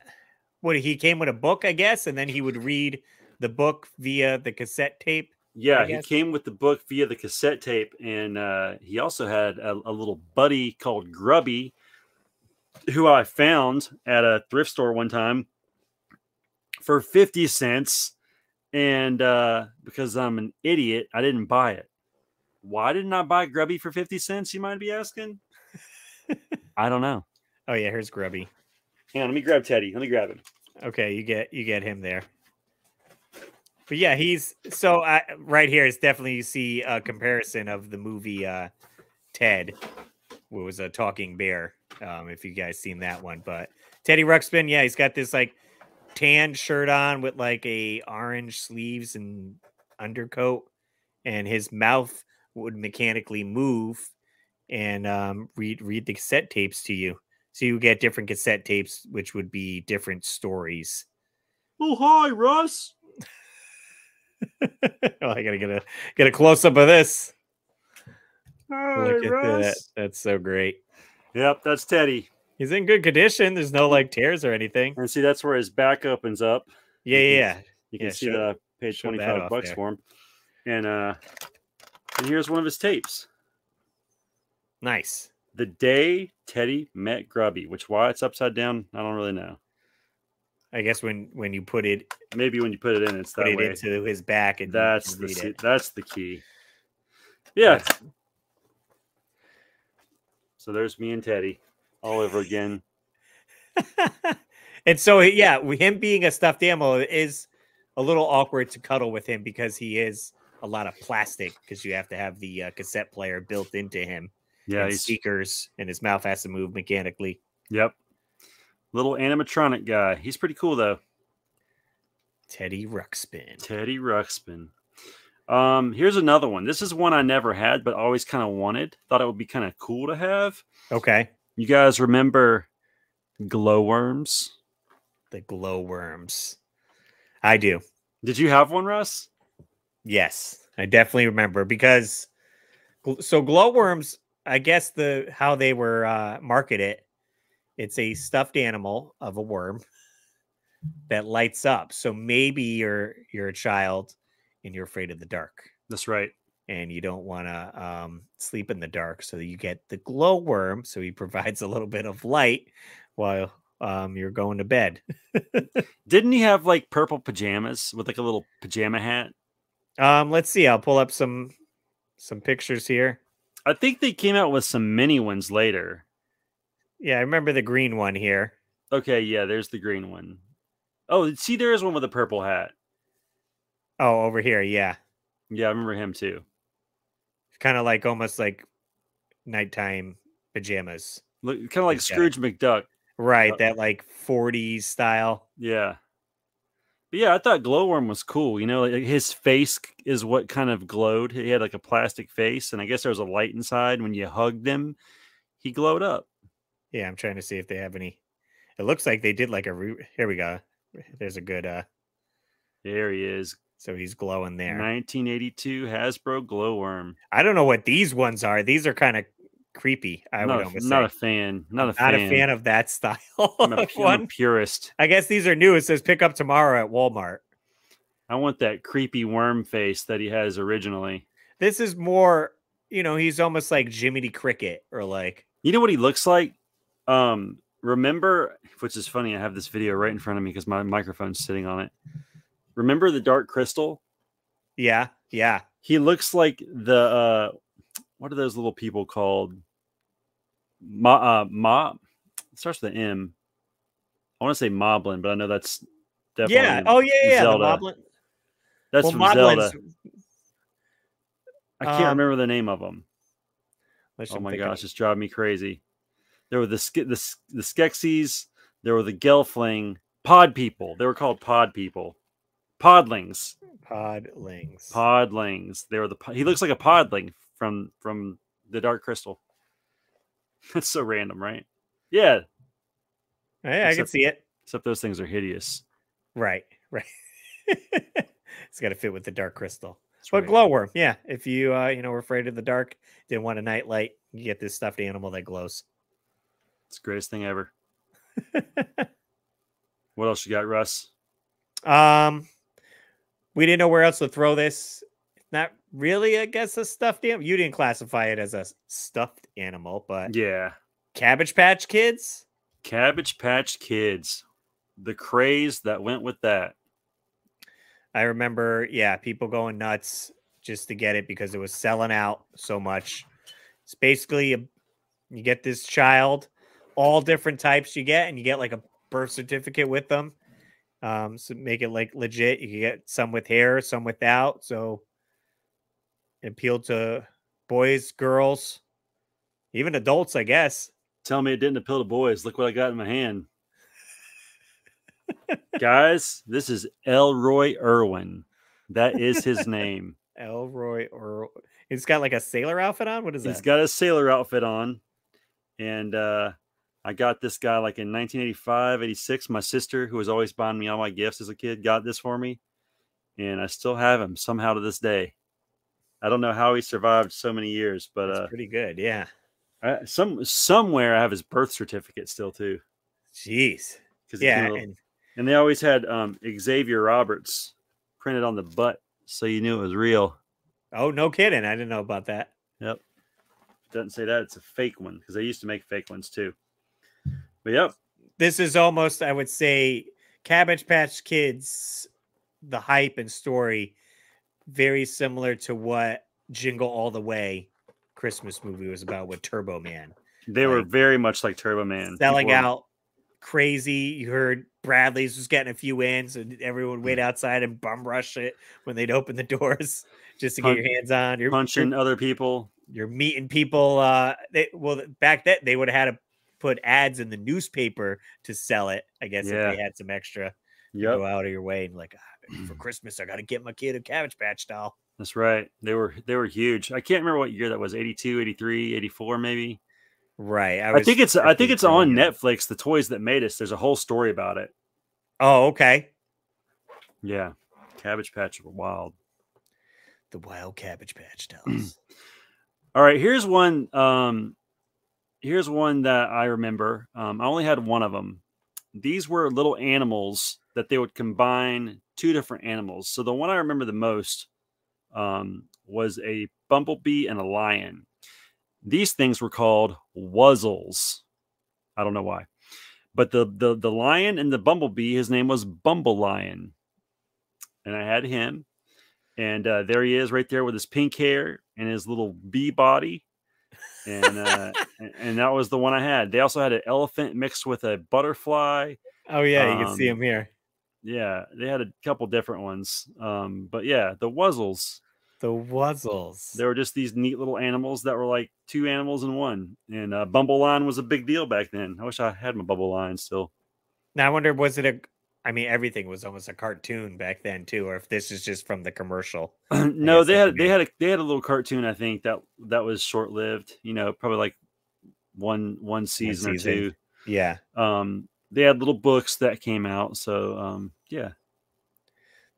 Speaker 2: what he came with a book, I guess, and then he would read the book via the cassette tape.
Speaker 4: Yeah, he
Speaker 2: guess.
Speaker 4: came with the book via the cassette tape, and uh, he also had a, a little buddy called Grubby, who I found at a thrift store one time for 50 cents. And uh, because I'm an idiot, I didn't buy it. Why didn't I buy Grubby for 50 cents? You might be asking. I don't know.
Speaker 2: Oh yeah, here's Grubby.
Speaker 4: Hang on, let me grab Teddy. Let me grab him.
Speaker 2: Okay, you get you get him there. But yeah, he's so I, right here is definitely you see a comparison of the movie uh, Ted, who was a talking bear. Um, if you guys seen that one, but Teddy Ruxpin, yeah, he's got this like tan shirt on with like a orange sleeves and undercoat, and his mouth would mechanically move and um, read read the cassette tapes to you. So you get different cassette tapes, which would be different stories.
Speaker 4: Oh, hi, Russ.
Speaker 2: oh, I gotta get a get a close up of this.
Speaker 4: Hi,
Speaker 2: Look at
Speaker 4: Russ.
Speaker 2: that. That's so great.
Speaker 4: Yep, that's Teddy.
Speaker 2: He's in good condition. There's no like tears or anything.
Speaker 4: And see, that's where his back opens up.
Speaker 2: Yeah,
Speaker 4: You
Speaker 2: yeah. yeah.
Speaker 4: can You can
Speaker 2: Yeah,
Speaker 4: see
Speaker 2: show-
Speaker 4: the page
Speaker 2: show that
Speaker 4: twenty five
Speaker 2: off
Speaker 4: bucks
Speaker 2: there.
Speaker 4: for him. And uh and here's one of his tapes.
Speaker 2: Nice.
Speaker 4: The day Teddy met Grubby, which why it's upside down, I don't really know.
Speaker 2: I guess when when you put it
Speaker 4: Maybe when you put it in, it's
Speaker 2: put
Speaker 4: that
Speaker 2: it
Speaker 4: way.
Speaker 2: into his back and you can
Speaker 4: that's the
Speaker 2: read
Speaker 4: se-
Speaker 2: it.
Speaker 4: that's the key. Yeah,
Speaker 2: That's-
Speaker 4: So there's me and Teddy all over again.
Speaker 2: And so, yeah, we- him being a stuffed animal is a little awkward to cuddle with him because he is a lot of plastic because you have to have the uh, cassette player built into him.
Speaker 4: Yeah,
Speaker 2: and
Speaker 4: he's-
Speaker 2: speakers, and his mouth has to move mechanically.
Speaker 4: Yep. Little animatronic guy. He's pretty cool though.
Speaker 2: Teddy Ruxpin.
Speaker 4: Teddy Ruxpin. Um, here's another one. This is one I never had, but always kind of wanted. Thought it would be kind of cool to have.
Speaker 2: Okay.
Speaker 4: You guys remember glowworms?
Speaker 2: The glowworms. I do.
Speaker 4: Did you have one, Russ?
Speaker 2: Yes, I definitely remember because gl- so glowworms. I guess the how they were uh, marketed. It's a stuffed animal of a worm that lights up. So maybe you're you're a child and you're afraid of the dark
Speaker 4: That's right.
Speaker 2: and you don't want to um, sleep in the dark. So you get the glowworm. So he provides a little bit of light while um, you're going to bed.
Speaker 4: Didn't he have like purple pajamas with like a little pajama hat?
Speaker 2: Um, let's see. I'll pull up some some pictures here.
Speaker 4: I think they came out with some mini ones later.
Speaker 2: Yeah, I remember the green one here.
Speaker 4: Okay, yeah, there's the green one. Oh, see, there is one with a purple hat.
Speaker 2: Oh, over here, yeah.
Speaker 4: Yeah, I remember him too.
Speaker 2: Kind of like almost like nighttime pajamas.
Speaker 4: Look, kind of like
Speaker 2: He's got it.
Speaker 4: Scrooge McDuck.
Speaker 2: Right,
Speaker 4: Uh,
Speaker 2: that like 40s style.
Speaker 4: Yeah. But yeah, I thought glowworm was cool. You know, like his face c- is what kind of glowed. He had like a plastic face, and I guess there was a light inside. When you hugged him, he glowed up.
Speaker 2: Yeah, I'm trying to see if they have any. It looks like they did like a re- here we go. There's a good uh
Speaker 4: There he is.
Speaker 2: so he's glowing there.
Speaker 4: 1982 Hasbro glowworm.
Speaker 2: I don't know what these ones are. These are kind of creepy, I
Speaker 4: not,
Speaker 2: would
Speaker 4: a,
Speaker 2: almost
Speaker 4: not a
Speaker 2: say.
Speaker 4: fan. Not a
Speaker 2: not
Speaker 4: fan.
Speaker 2: a fan of that style
Speaker 4: I'm a
Speaker 2: of
Speaker 4: pu- I'm a
Speaker 2: one.
Speaker 4: purist.
Speaker 2: I guess these are new. It says pick up tomorrow at Walmart.
Speaker 4: I want that creepy worm face that he has originally.
Speaker 2: This is more, you know, he's almost like Jiminy Cricket or like
Speaker 4: You know what he looks like? Um, remember, which is funny, I have this video right in front of me because my microphone's sitting on it. Remember the Dark Crystal?
Speaker 2: yeah, yeah.
Speaker 4: He looks like the uh, what are those little people called? Ma, uh, ma, it starts with an M. I want to say Moblin, but I know that's definitely
Speaker 2: yeah. Oh yeah, yeah. yeah, The
Speaker 4: Zelda.
Speaker 2: Moblin.
Speaker 4: That's
Speaker 2: well,
Speaker 4: from
Speaker 2: Moblin's.
Speaker 4: Zelda. I can't
Speaker 2: um,
Speaker 4: remember the name of them.
Speaker 2: let's
Speaker 4: Oh
Speaker 2: just
Speaker 4: my
Speaker 2: think of
Speaker 4: gosh,
Speaker 2: it.
Speaker 4: it's driving me crazy. There were the Ske- the, S- the Skeksis, there were the Gelfling, Pod people. They were called Pod people, Podlings,
Speaker 2: Podlings.
Speaker 4: Podlings. They were the. po- He looks like a Podling from from the Dark Crystal. That's so random, right? Yeah,
Speaker 2: yeah, I can
Speaker 4: except-
Speaker 2: see it.
Speaker 4: except those things are hideous.
Speaker 2: Right, right. it's got to fit with the dark crystal.
Speaker 4: That's
Speaker 2: But
Speaker 4: right.
Speaker 2: glowworm, yeah. If you uh, you know, were afraid of the dark, didn't want a night light, you get this stuffed animal that glows.
Speaker 4: It's the greatest thing ever. What else you got, Russ?
Speaker 2: um, we didn't know where else to throw this. Not really, I guess, a stuffed animal. You didn't classify it as a s- stuffed animal, but
Speaker 4: Yeah,
Speaker 2: Cabbage Patch Kids.
Speaker 4: Cabbage Patch Kids, the craze that went with that.
Speaker 2: I remember, yeah, people going nuts just to get it because it was selling out so much. It's basically a, you get this child, all different types you get, and you get like a birth certificate with them. Um, so make it like legit. You can get some with hair, some without. So it appealed to boys, girls, even adults, I guess.
Speaker 4: Tell me it didn't appeal to boys. Look what I got in my hand. Guys, this is Elroy Irwin. That is his name.
Speaker 2: Elroy or it's got like a sailor outfit on. What is
Speaker 4: He's
Speaker 2: that?
Speaker 4: got his sailor outfit on. And uh, I got this guy like in 1985, 86. My sister, who was always buying me all my gifts as a kid, got this for me. And I still have him somehow to this day. I don't know how he survived so many years, but
Speaker 2: That's
Speaker 4: uh,
Speaker 2: pretty good. Yeah.
Speaker 4: I, some somewhere I have his birth certificate still too.
Speaker 2: Jeez.
Speaker 4: 'cause it came
Speaker 2: Yeah.
Speaker 4: out-
Speaker 2: and-
Speaker 4: And they always had um, Xavier Roberts printed on the butt, so you knew it was real.
Speaker 2: Oh, no kidding. I didn't know about that.
Speaker 4: Doesn't say that it's a fake one because they used to make fake ones too. But yep,
Speaker 2: This is almost, I would say, Cabbage Patch Kids, the hype and story, very similar to what Jingle All the Way Christmas movie was about with Turbo Man.
Speaker 4: They were very much like Turbo Man.
Speaker 2: selling
Speaker 4: People were-
Speaker 2: out crazy. You heard Bradley's was getting a few wins, and everyone would wait outside and bum rush it when they'd open the doors just to get
Speaker 4: Punch-
Speaker 2: your hands on. You're
Speaker 4: punching
Speaker 2: You're,
Speaker 4: other people.
Speaker 2: you're meeting people. Uh, they, well, th- back then they would have had to put ads in the newspaper to sell it. I guess
Speaker 4: Yeah.
Speaker 2: if they had some extra, you
Speaker 4: Yep,
Speaker 2: go out of your way and like "Ah, for Christmas, I got to get my kid a Cabbage Patch doll.
Speaker 4: that's right. They were they were huge. I can't remember what year that was 82, 83, 84 maybe.
Speaker 2: Right.
Speaker 4: I,
Speaker 2: was
Speaker 4: think it's I think
Speaker 2: freaking
Speaker 4: it's on
Speaker 2: brilliant.
Speaker 4: Netflix, The Toys That Made Us. There's a whole story about it.
Speaker 2: Oh, okay.
Speaker 4: Yeah. Cabbage Patch were wild.
Speaker 2: The wild Cabbage Patch dolls.
Speaker 4: All right, here's one um here's one that I remember. Um I only had one of them. These were little animals that they would combine two different animals. So the one I remember the most um was a bumblebee and a lion. These things were called wuzzles. I don't know why. But the the the lion and the bumblebee, his name was Bumble Lion. And I had him. And uh, there he is right there with his pink hair and his little bee body. And uh, and- and that was the one I had. They also had an elephant mixed with a butterfly.
Speaker 2: oh yeah, you can see
Speaker 4: Um,
Speaker 2: him here.
Speaker 4: Yeah, they had a couple different ones. Um, but yeah, the wuzzles.
Speaker 2: The Wuzzles.
Speaker 4: They were just these neat little animals that were like two animals in one. And uh, Bumble Line was a big deal back then. I wish I had my Bumble Line still.
Speaker 2: Now I wonder, was it a? I mean, everything was almost a cartoon back then too, or if this is just from the commercial.
Speaker 4: no,
Speaker 2: guess
Speaker 4: they
Speaker 2: that
Speaker 4: had
Speaker 2: could
Speaker 4: they
Speaker 2: be-
Speaker 4: had a they had a little cartoon. I think that that was short lived. You know, probably like one one season,
Speaker 2: season.
Speaker 4: or
Speaker 2: Yeah,
Speaker 4: two. Um, they had little books that came out. So um, yeah,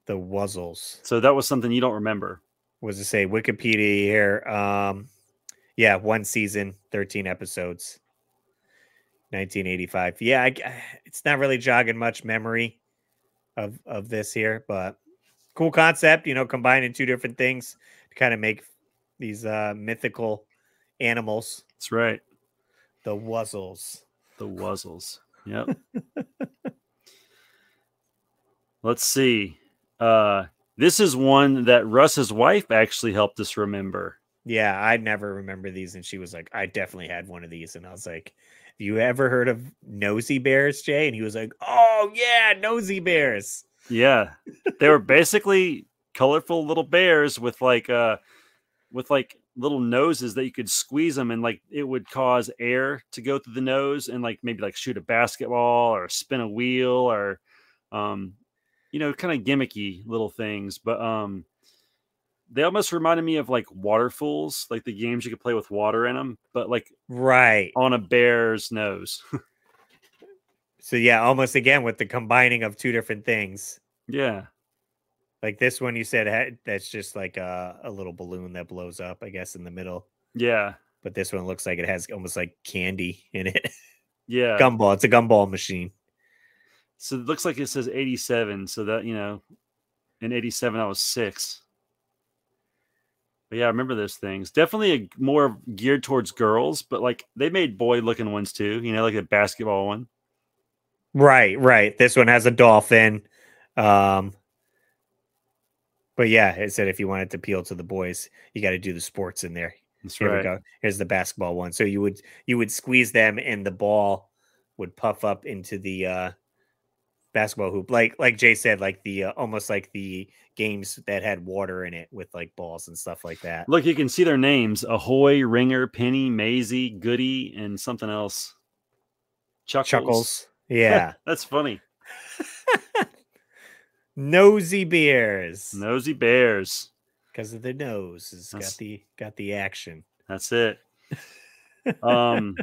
Speaker 2: the Wuzzles.
Speaker 4: so that was something you don't remember.
Speaker 2: Was to say Wikipedia here? Um, yeah, one season, thirteen episodes, nineteen eighty-five. Yeah, I, I- it's not really jogging much memory of of this here, but cool concept. You know, combining two different things to kind of make these uh mythical animals,
Speaker 4: That's right,
Speaker 2: the Wuzzles.
Speaker 4: the Wuzzles. Yep. Let's see. Uh, this is one that Russ's wife actually helped us remember.
Speaker 2: Yeah, I never remember these. And she was like, I definitely had one of these. And I was like, Have you ever heard of nosy bears, Jay? And he was like, Oh, yeah, nosy bears.
Speaker 4: Yeah. They were basically colorful little bears with like uh with like little noses that you could squeeze them and like it would cause air to go through the nose and like maybe like shoot a basketball or spin a wheel or um you know kind of gimmicky little things but um they almost reminded me of like waterfalls like the games you could play with water in them but like
Speaker 2: Right.
Speaker 4: on a bear's nose
Speaker 2: So, yeah, almost again with the combining of two different things.
Speaker 4: yeah
Speaker 2: Like this one you said had, that's just like a, a little balloon that blows up, I guess, in the middle.
Speaker 4: yeah
Speaker 2: But this one looks like it has almost like candy in it.
Speaker 4: yeah
Speaker 2: gumball. It's a gumball machine.
Speaker 4: So it looks like it says 87. So that, you know, in 87, I was six. But yeah, I remember those things. Definitely a, more geared towards girls, but like they made boy looking ones too, you know, like a basketball one.
Speaker 2: Right, right. This one has a dolphin. Um but yeah, it said if you wanted to appeal to the boys, you got to do the sports in there.
Speaker 4: That's
Speaker 2: Here we
Speaker 4: right.
Speaker 2: go. Here's the basketball one. So you would you would squeeze them and the ball would puff up into the uh basketball hoop. Like like Jay said like the uh, almost like the games that had water in it with like balls and stuff like that.
Speaker 4: Look, you can see their names Ahoy, Ringer, Penny, Maisie, Goody, and something else. Chuckles.
Speaker 2: Chuckles. Yeah.
Speaker 4: That's funny.
Speaker 2: Nosy beers.
Speaker 4: Nosy Bears.
Speaker 2: Because of the nose. It's
Speaker 4: That's-
Speaker 2: got the got the action.
Speaker 4: That's it. Um,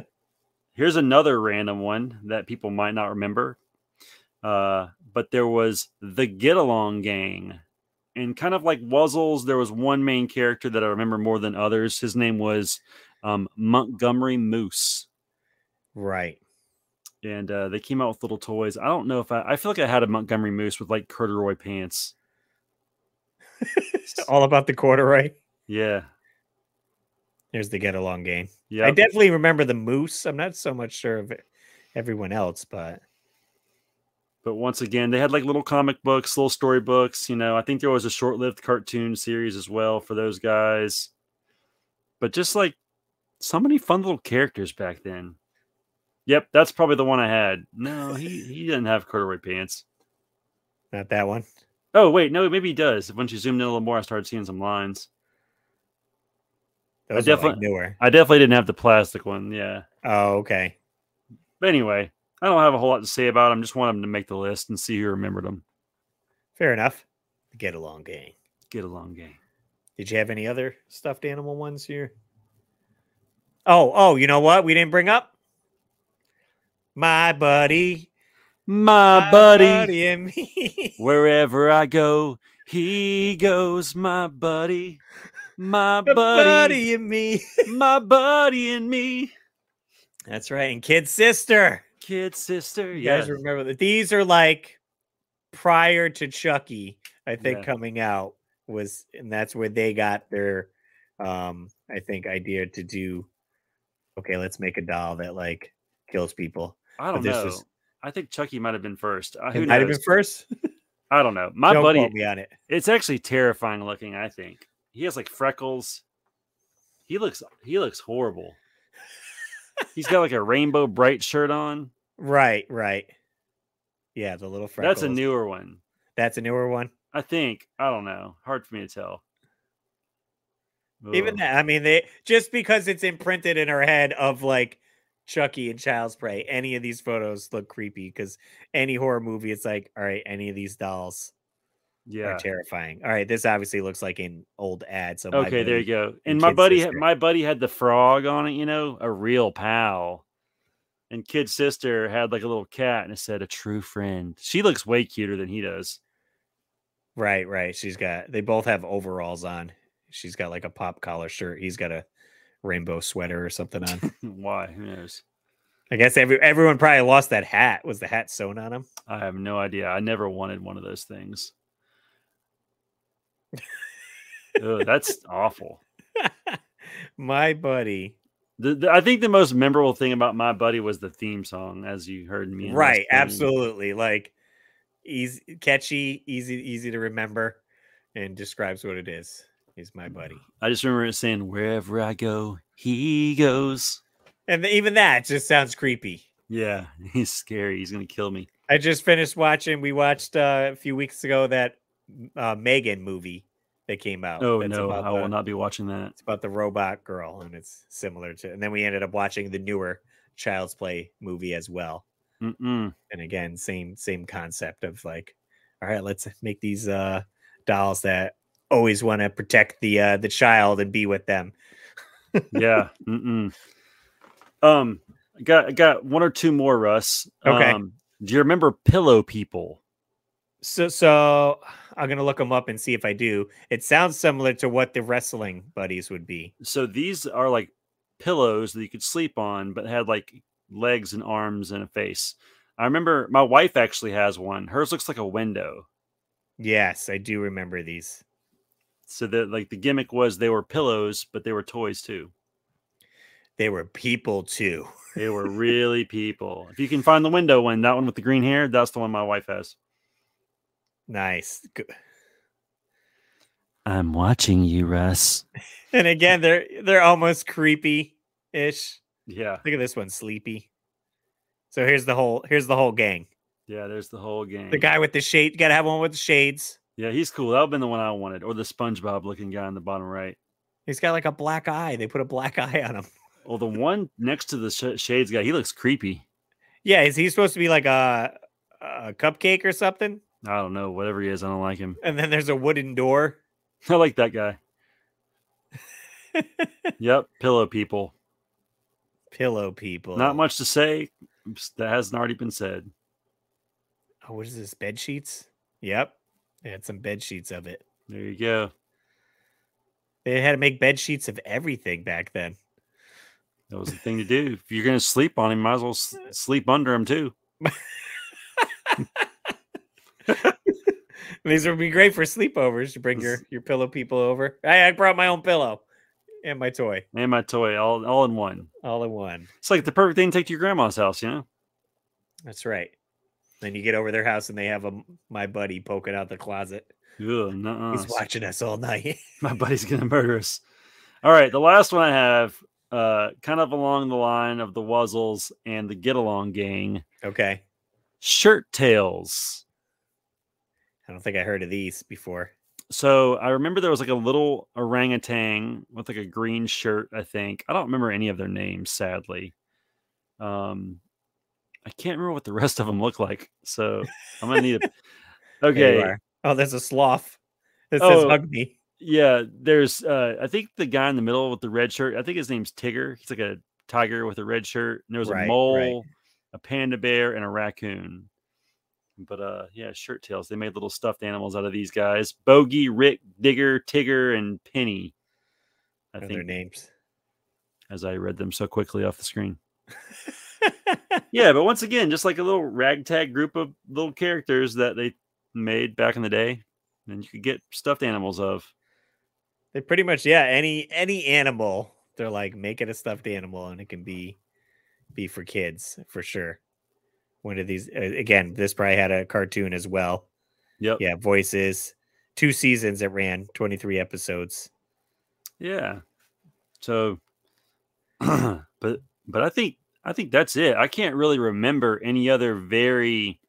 Speaker 4: here's another random one that people might not remember. Uh, but there was the Get Along Gang, and kind of like Wuzzles, there was one main character that I remember more than others. His name was um, Montgomery Moose,
Speaker 2: Right.
Speaker 4: and uh, they came out with little toys. I don't know if I, I feel like I had a Montgomery Moose with like corduroy pants.
Speaker 2: All about the corduroy.
Speaker 4: Yeah,
Speaker 2: There's the get along game.
Speaker 4: yeah.
Speaker 2: I definitely remember the moose. I'm not so much sure of everyone else, but
Speaker 4: But once again, they had like little comic books, little story books. You know, I think there was a short lived cartoon series as well for those guys. But just like so many fun little characters back then. Yep, that's probably the one I had. No, he he didn't have corduroy pants.
Speaker 2: Not that one.
Speaker 4: Oh wait, no, maybe he does. Once you zoomed in a little more, I started seeing some lines.
Speaker 2: Those
Speaker 4: I
Speaker 2: are, like,
Speaker 4: definitely
Speaker 2: newer.
Speaker 4: I definitely didn't have the plastic one. Yeah.
Speaker 2: Oh, okay.
Speaker 4: But anyway, I don't have a whole lot to say about them. Just want them to make the list and see who remembered them.
Speaker 2: Fair enough. Get along gang.
Speaker 4: Get along gang.
Speaker 2: Did you have any other stuffed animal ones here? Oh, oh, you know what? We didn't bring up my buddy,
Speaker 4: My buddy,
Speaker 2: and me.
Speaker 4: wherever I go, he goes. My buddy, my
Speaker 2: My
Speaker 4: buddy,
Speaker 2: and me.
Speaker 4: my buddy and me,
Speaker 2: That's right. And kid sister.
Speaker 4: kid sister.
Speaker 2: You
Speaker 4: Yeah,
Speaker 2: guys remember that these are like prior to Chucky, I think
Speaker 4: Yeah.
Speaker 2: coming out was and that's where they got their um I think idea to do okay, let's make a doll that like kills people.
Speaker 4: I
Speaker 2: but
Speaker 4: don't
Speaker 2: this
Speaker 4: know.
Speaker 2: is-
Speaker 4: I think Chucky might have been first. Uh, who
Speaker 2: It might have
Speaker 4: knows?
Speaker 2: been first.
Speaker 4: I don't know. My
Speaker 2: Don't
Speaker 4: buddy,
Speaker 2: quote me on it.
Speaker 4: it's actually terrifying looking. I think he has like freckles. He looks he looks horrible. He's got like a rainbow bright shirt on.
Speaker 2: Right, right. Yeah, the little freckles.
Speaker 4: That's a newer one.
Speaker 2: That's a newer one.
Speaker 4: I think. I don't know. Hard for me to tell.
Speaker 2: Even
Speaker 4: Ugh.
Speaker 2: that, I mean, they just because it's imprinted in her head of like Chucky and Child's Play, any of these photos look creepy because any horror movie, it's like, all right, any of these dolls
Speaker 4: Yeah.
Speaker 2: are terrifying. All right, this obviously looks like an old ad. So
Speaker 4: Okay, there you go.
Speaker 2: and
Speaker 4: And my
Speaker 2: Kid
Speaker 4: buddy,
Speaker 2: Sister.
Speaker 4: my buddy had the frog on it. You know, a real pal. And kid sister had like a little cat, and it said a true friend. She looks way cuter than he does.
Speaker 2: go. Right, right. She's got. They both have overalls on. She's got like a pop collar shirt. He's got a rainbow sweater or something on.
Speaker 4: Why? Who knows?
Speaker 2: I guess every everyone probably lost that hat. Was the hat sewn on him?
Speaker 4: I have no idea. I never wanted one of those things. Ugh, that's awful.
Speaker 2: my buddy.
Speaker 4: The, the- I think the most memorable thing about my buddy was the theme song, as you heard me. and Les
Speaker 2: right
Speaker 4: sing.
Speaker 2: absolutely like easy catchy easy easy to remember and describes what it is he's
Speaker 4: Mm.
Speaker 2: my buddy
Speaker 4: I just remember it saying, "Wherever I go, he goes."
Speaker 2: and even that just sounds creepy
Speaker 4: Yeah, he's scary. He's gonna kill me.
Speaker 2: i just finished watching we watched uh, a few weeks ago that uh, megan movie that came out
Speaker 4: Oh
Speaker 2: that's
Speaker 4: no,
Speaker 2: about
Speaker 4: I
Speaker 2: the-
Speaker 4: will not be watching that.
Speaker 2: it's about the robot girl and it's similar to and then we ended up watching the newer child's play movie as well
Speaker 4: Mm-mm.
Speaker 2: and again same same concept of like all right let's make these uh dolls that always want to protect the uh the child and be with them
Speaker 4: Yeah. Mm-mm. Um, got got one or two more, Russ.
Speaker 2: Okay.
Speaker 4: Um, do you remember Pillow People?
Speaker 2: so so i'm gonna look them up and see if i do it sounds similar to what the wrestling buddies would be
Speaker 4: So these are like pillows that you could sleep on, but had like legs and arms and a face. I remember my wife actually has one. Hers looks like a window.
Speaker 2: yes i do remember these
Speaker 4: So that like the gimmick was they were pillows, but they were toys too.
Speaker 2: they were people too
Speaker 4: They were really people. If you can find the window one, that one with the green hair, that's the one my wife has.
Speaker 2: nice G-
Speaker 4: I'm watching you, Russ.
Speaker 2: and again they're they're almost creepy ish
Speaker 4: Yeah,
Speaker 2: look at this one sleepy so here's the whole here's the whole gang
Speaker 4: yeah. There's the whole game.
Speaker 2: the guy with the shade gotta have one with the shades
Speaker 4: Yeah, he's cool. That would have been the one I wanted, or the SpongeBob looking guy in the bottom right,
Speaker 2: He's got like a black eye. They put a black eye on him.
Speaker 4: or the one next to the sh- shades guy. He looks creepy.
Speaker 2: Yeah, is he supposed to be like a, a cupcake or something?
Speaker 4: I don't know, whatever he is, I don't like him.
Speaker 2: And then there's a wooden door.
Speaker 4: I like that guy. yep, pillow people.
Speaker 2: Pillow people.
Speaker 4: Not much to say. That hasn't already been said.
Speaker 2: Oh, what is this? Bed sheets? Yep. They had some bed sheets of it.
Speaker 4: There you go.
Speaker 2: They had to make bed sheets of everything back then.
Speaker 4: That was the thing to do. If you're gonna sleep on him, might as well s- sleep under him too.
Speaker 2: These would be great for sleepovers. You bring your, your pillow people over. Hey, I brought my own pillow and my toy
Speaker 4: And my toy, all all in one.
Speaker 2: all in one.
Speaker 4: It's like the perfect thing to take to your grandma's house, you know?
Speaker 2: That's right. Then you get over their house and they have a my buddy poking out the closet.
Speaker 4: Ugh, nuh-uh.
Speaker 2: He's watching us all night.
Speaker 4: My buddy's gonna murder us. All right, the last one I have uh, kind of along the line of the Wuzzles and the Get Along Gang.
Speaker 2: Okay.
Speaker 4: Shirt Tails.
Speaker 2: I don't think I heard of these before.
Speaker 4: So I remember there was like a little orangutan with like a green shirt. I think I don't remember any of their names, sadly. Um, I can't remember what the rest of them look like. So I'm gonna need. A...
Speaker 2: There you
Speaker 4: Okay.
Speaker 2: are. Oh, there's a sloth. It says
Speaker 4: Oh.
Speaker 2: hug me.
Speaker 4: Yeah, there's uh I think the guy in the middle with the red shirt, I think his name's Tigger. He's like a tiger with a red shirt. And there was
Speaker 2: Right,
Speaker 4: a
Speaker 2: right.
Speaker 4: mole, a panda bear, and a raccoon. But uh yeah, shirt tails. They made little stuffed animals out of these guys. Bogey, Rick, Digger, Tigger, and Penny. I
Speaker 2: Are their
Speaker 4: think
Speaker 2: names.
Speaker 4: as I read them so quickly off the screen. yeah, but once again, just like a little ragtag group of little characters that they made back in the day, and you could get stuffed animals of.
Speaker 2: They pretty much yeah, any any animal. They're like make it a stuffed animal and it can be be for kids for sure. One of these uh, again, this probably had a cartoon as well.
Speaker 4: Yep.
Speaker 2: Yeah, voices. Two seasons it ran, 23 episodes.
Speaker 4: Yeah. So but but I think I think that's it. I can't really remember any other very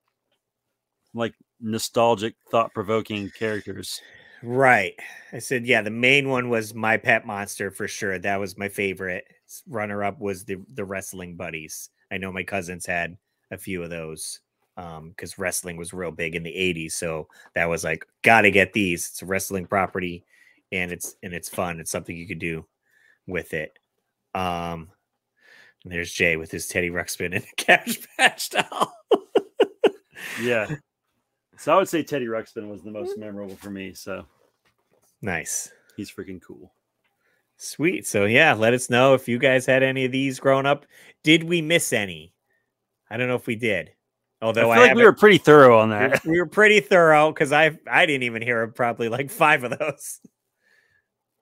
Speaker 4: like nostalgic thought provoking characters.
Speaker 2: Right. I said, yeah, the main one was My Pet Monster for sure. That was my favorite. S- Runner up was the the wrestling buddies. I know my cousins had a few of those um because wrestling was real big in the 80s. So that was like, gotta get these. It's a wrestling property and it's and it's fun. It's something you could do with it. Um and there's Jay with his Teddy Ruxpin and a Cash Patch doll.
Speaker 4: Yeah. so I would say Teddy Ruxpin was the most memorable for me. So
Speaker 2: nice.
Speaker 4: he's freaking cool.
Speaker 2: Sweet. So yeah, let us know if you guys had any of these growing up. Did we miss any? I don't know if we did. Although I,
Speaker 4: I feel like we were
Speaker 2: haven't-
Speaker 4: pretty thorough on
Speaker 2: we-
Speaker 4: that.
Speaker 2: we were pretty thorough because I I didn't even hear probably like five of those.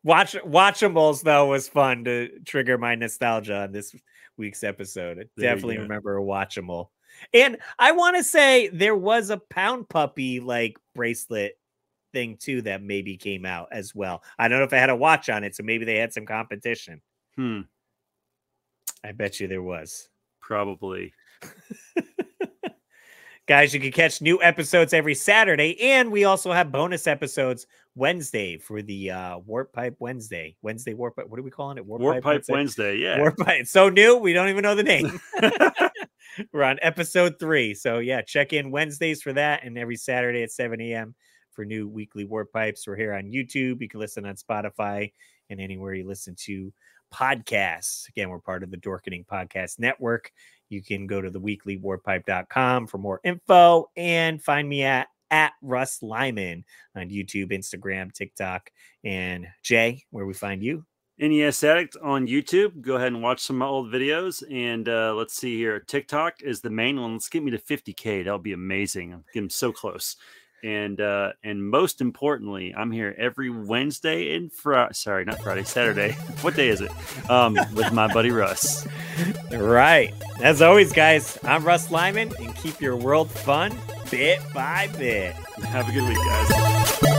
Speaker 2: Watch Watchables though was fun to trigger my nostalgia on this week's episode. I
Speaker 4: There you
Speaker 2: definitely
Speaker 4: go.
Speaker 2: remember a Watchable, and I want to say there was a Pound Puppy like bracelet thing too that maybe came out as well. I don't know if I had a watch on it, so maybe they had some competition.
Speaker 4: Hmm.
Speaker 2: I bet you there was.
Speaker 4: Probably.
Speaker 2: Guys, you can catch new episodes every Saturday, and we also have bonus episodes Wednesday for the uh, Warp Pipe Wednesday. Wednesday Warp Pipe. What are we calling it?
Speaker 4: Warp Pipe Wednesday, yeah.
Speaker 2: Warp Pipe. It's so new, we don't even know the name. We're on episode three. So, yeah, check in Wednesdays for that, and every Saturday at 7 a.m. for new weekly Warp Pipes. We're here on YouTube. You can listen on Spotify and anywhere you listen to podcasts. Again, we're part of the Dorkening Podcast Network. You can go to the weeklywarpipe.com for more info and find me at at Russ Lyman on YouTube, Instagram, TikTok, and Jay, where we find you.
Speaker 4: NES Addict on YouTube. Go ahead and watch some of my old videos. And uh, let's see here. TikTok is the main one. Let's get me to 50K. That'll be amazing. I'm getting so close. And uh, and most importantly, I'm here every Wednesday and Friday. Sorry, not Friday, Saturday. what day is it? Um, with my buddy Russ.
Speaker 2: Right. As always, guys, I'm Russ Lyman and keep your world fun bit by bit.
Speaker 4: Have a good week, guys.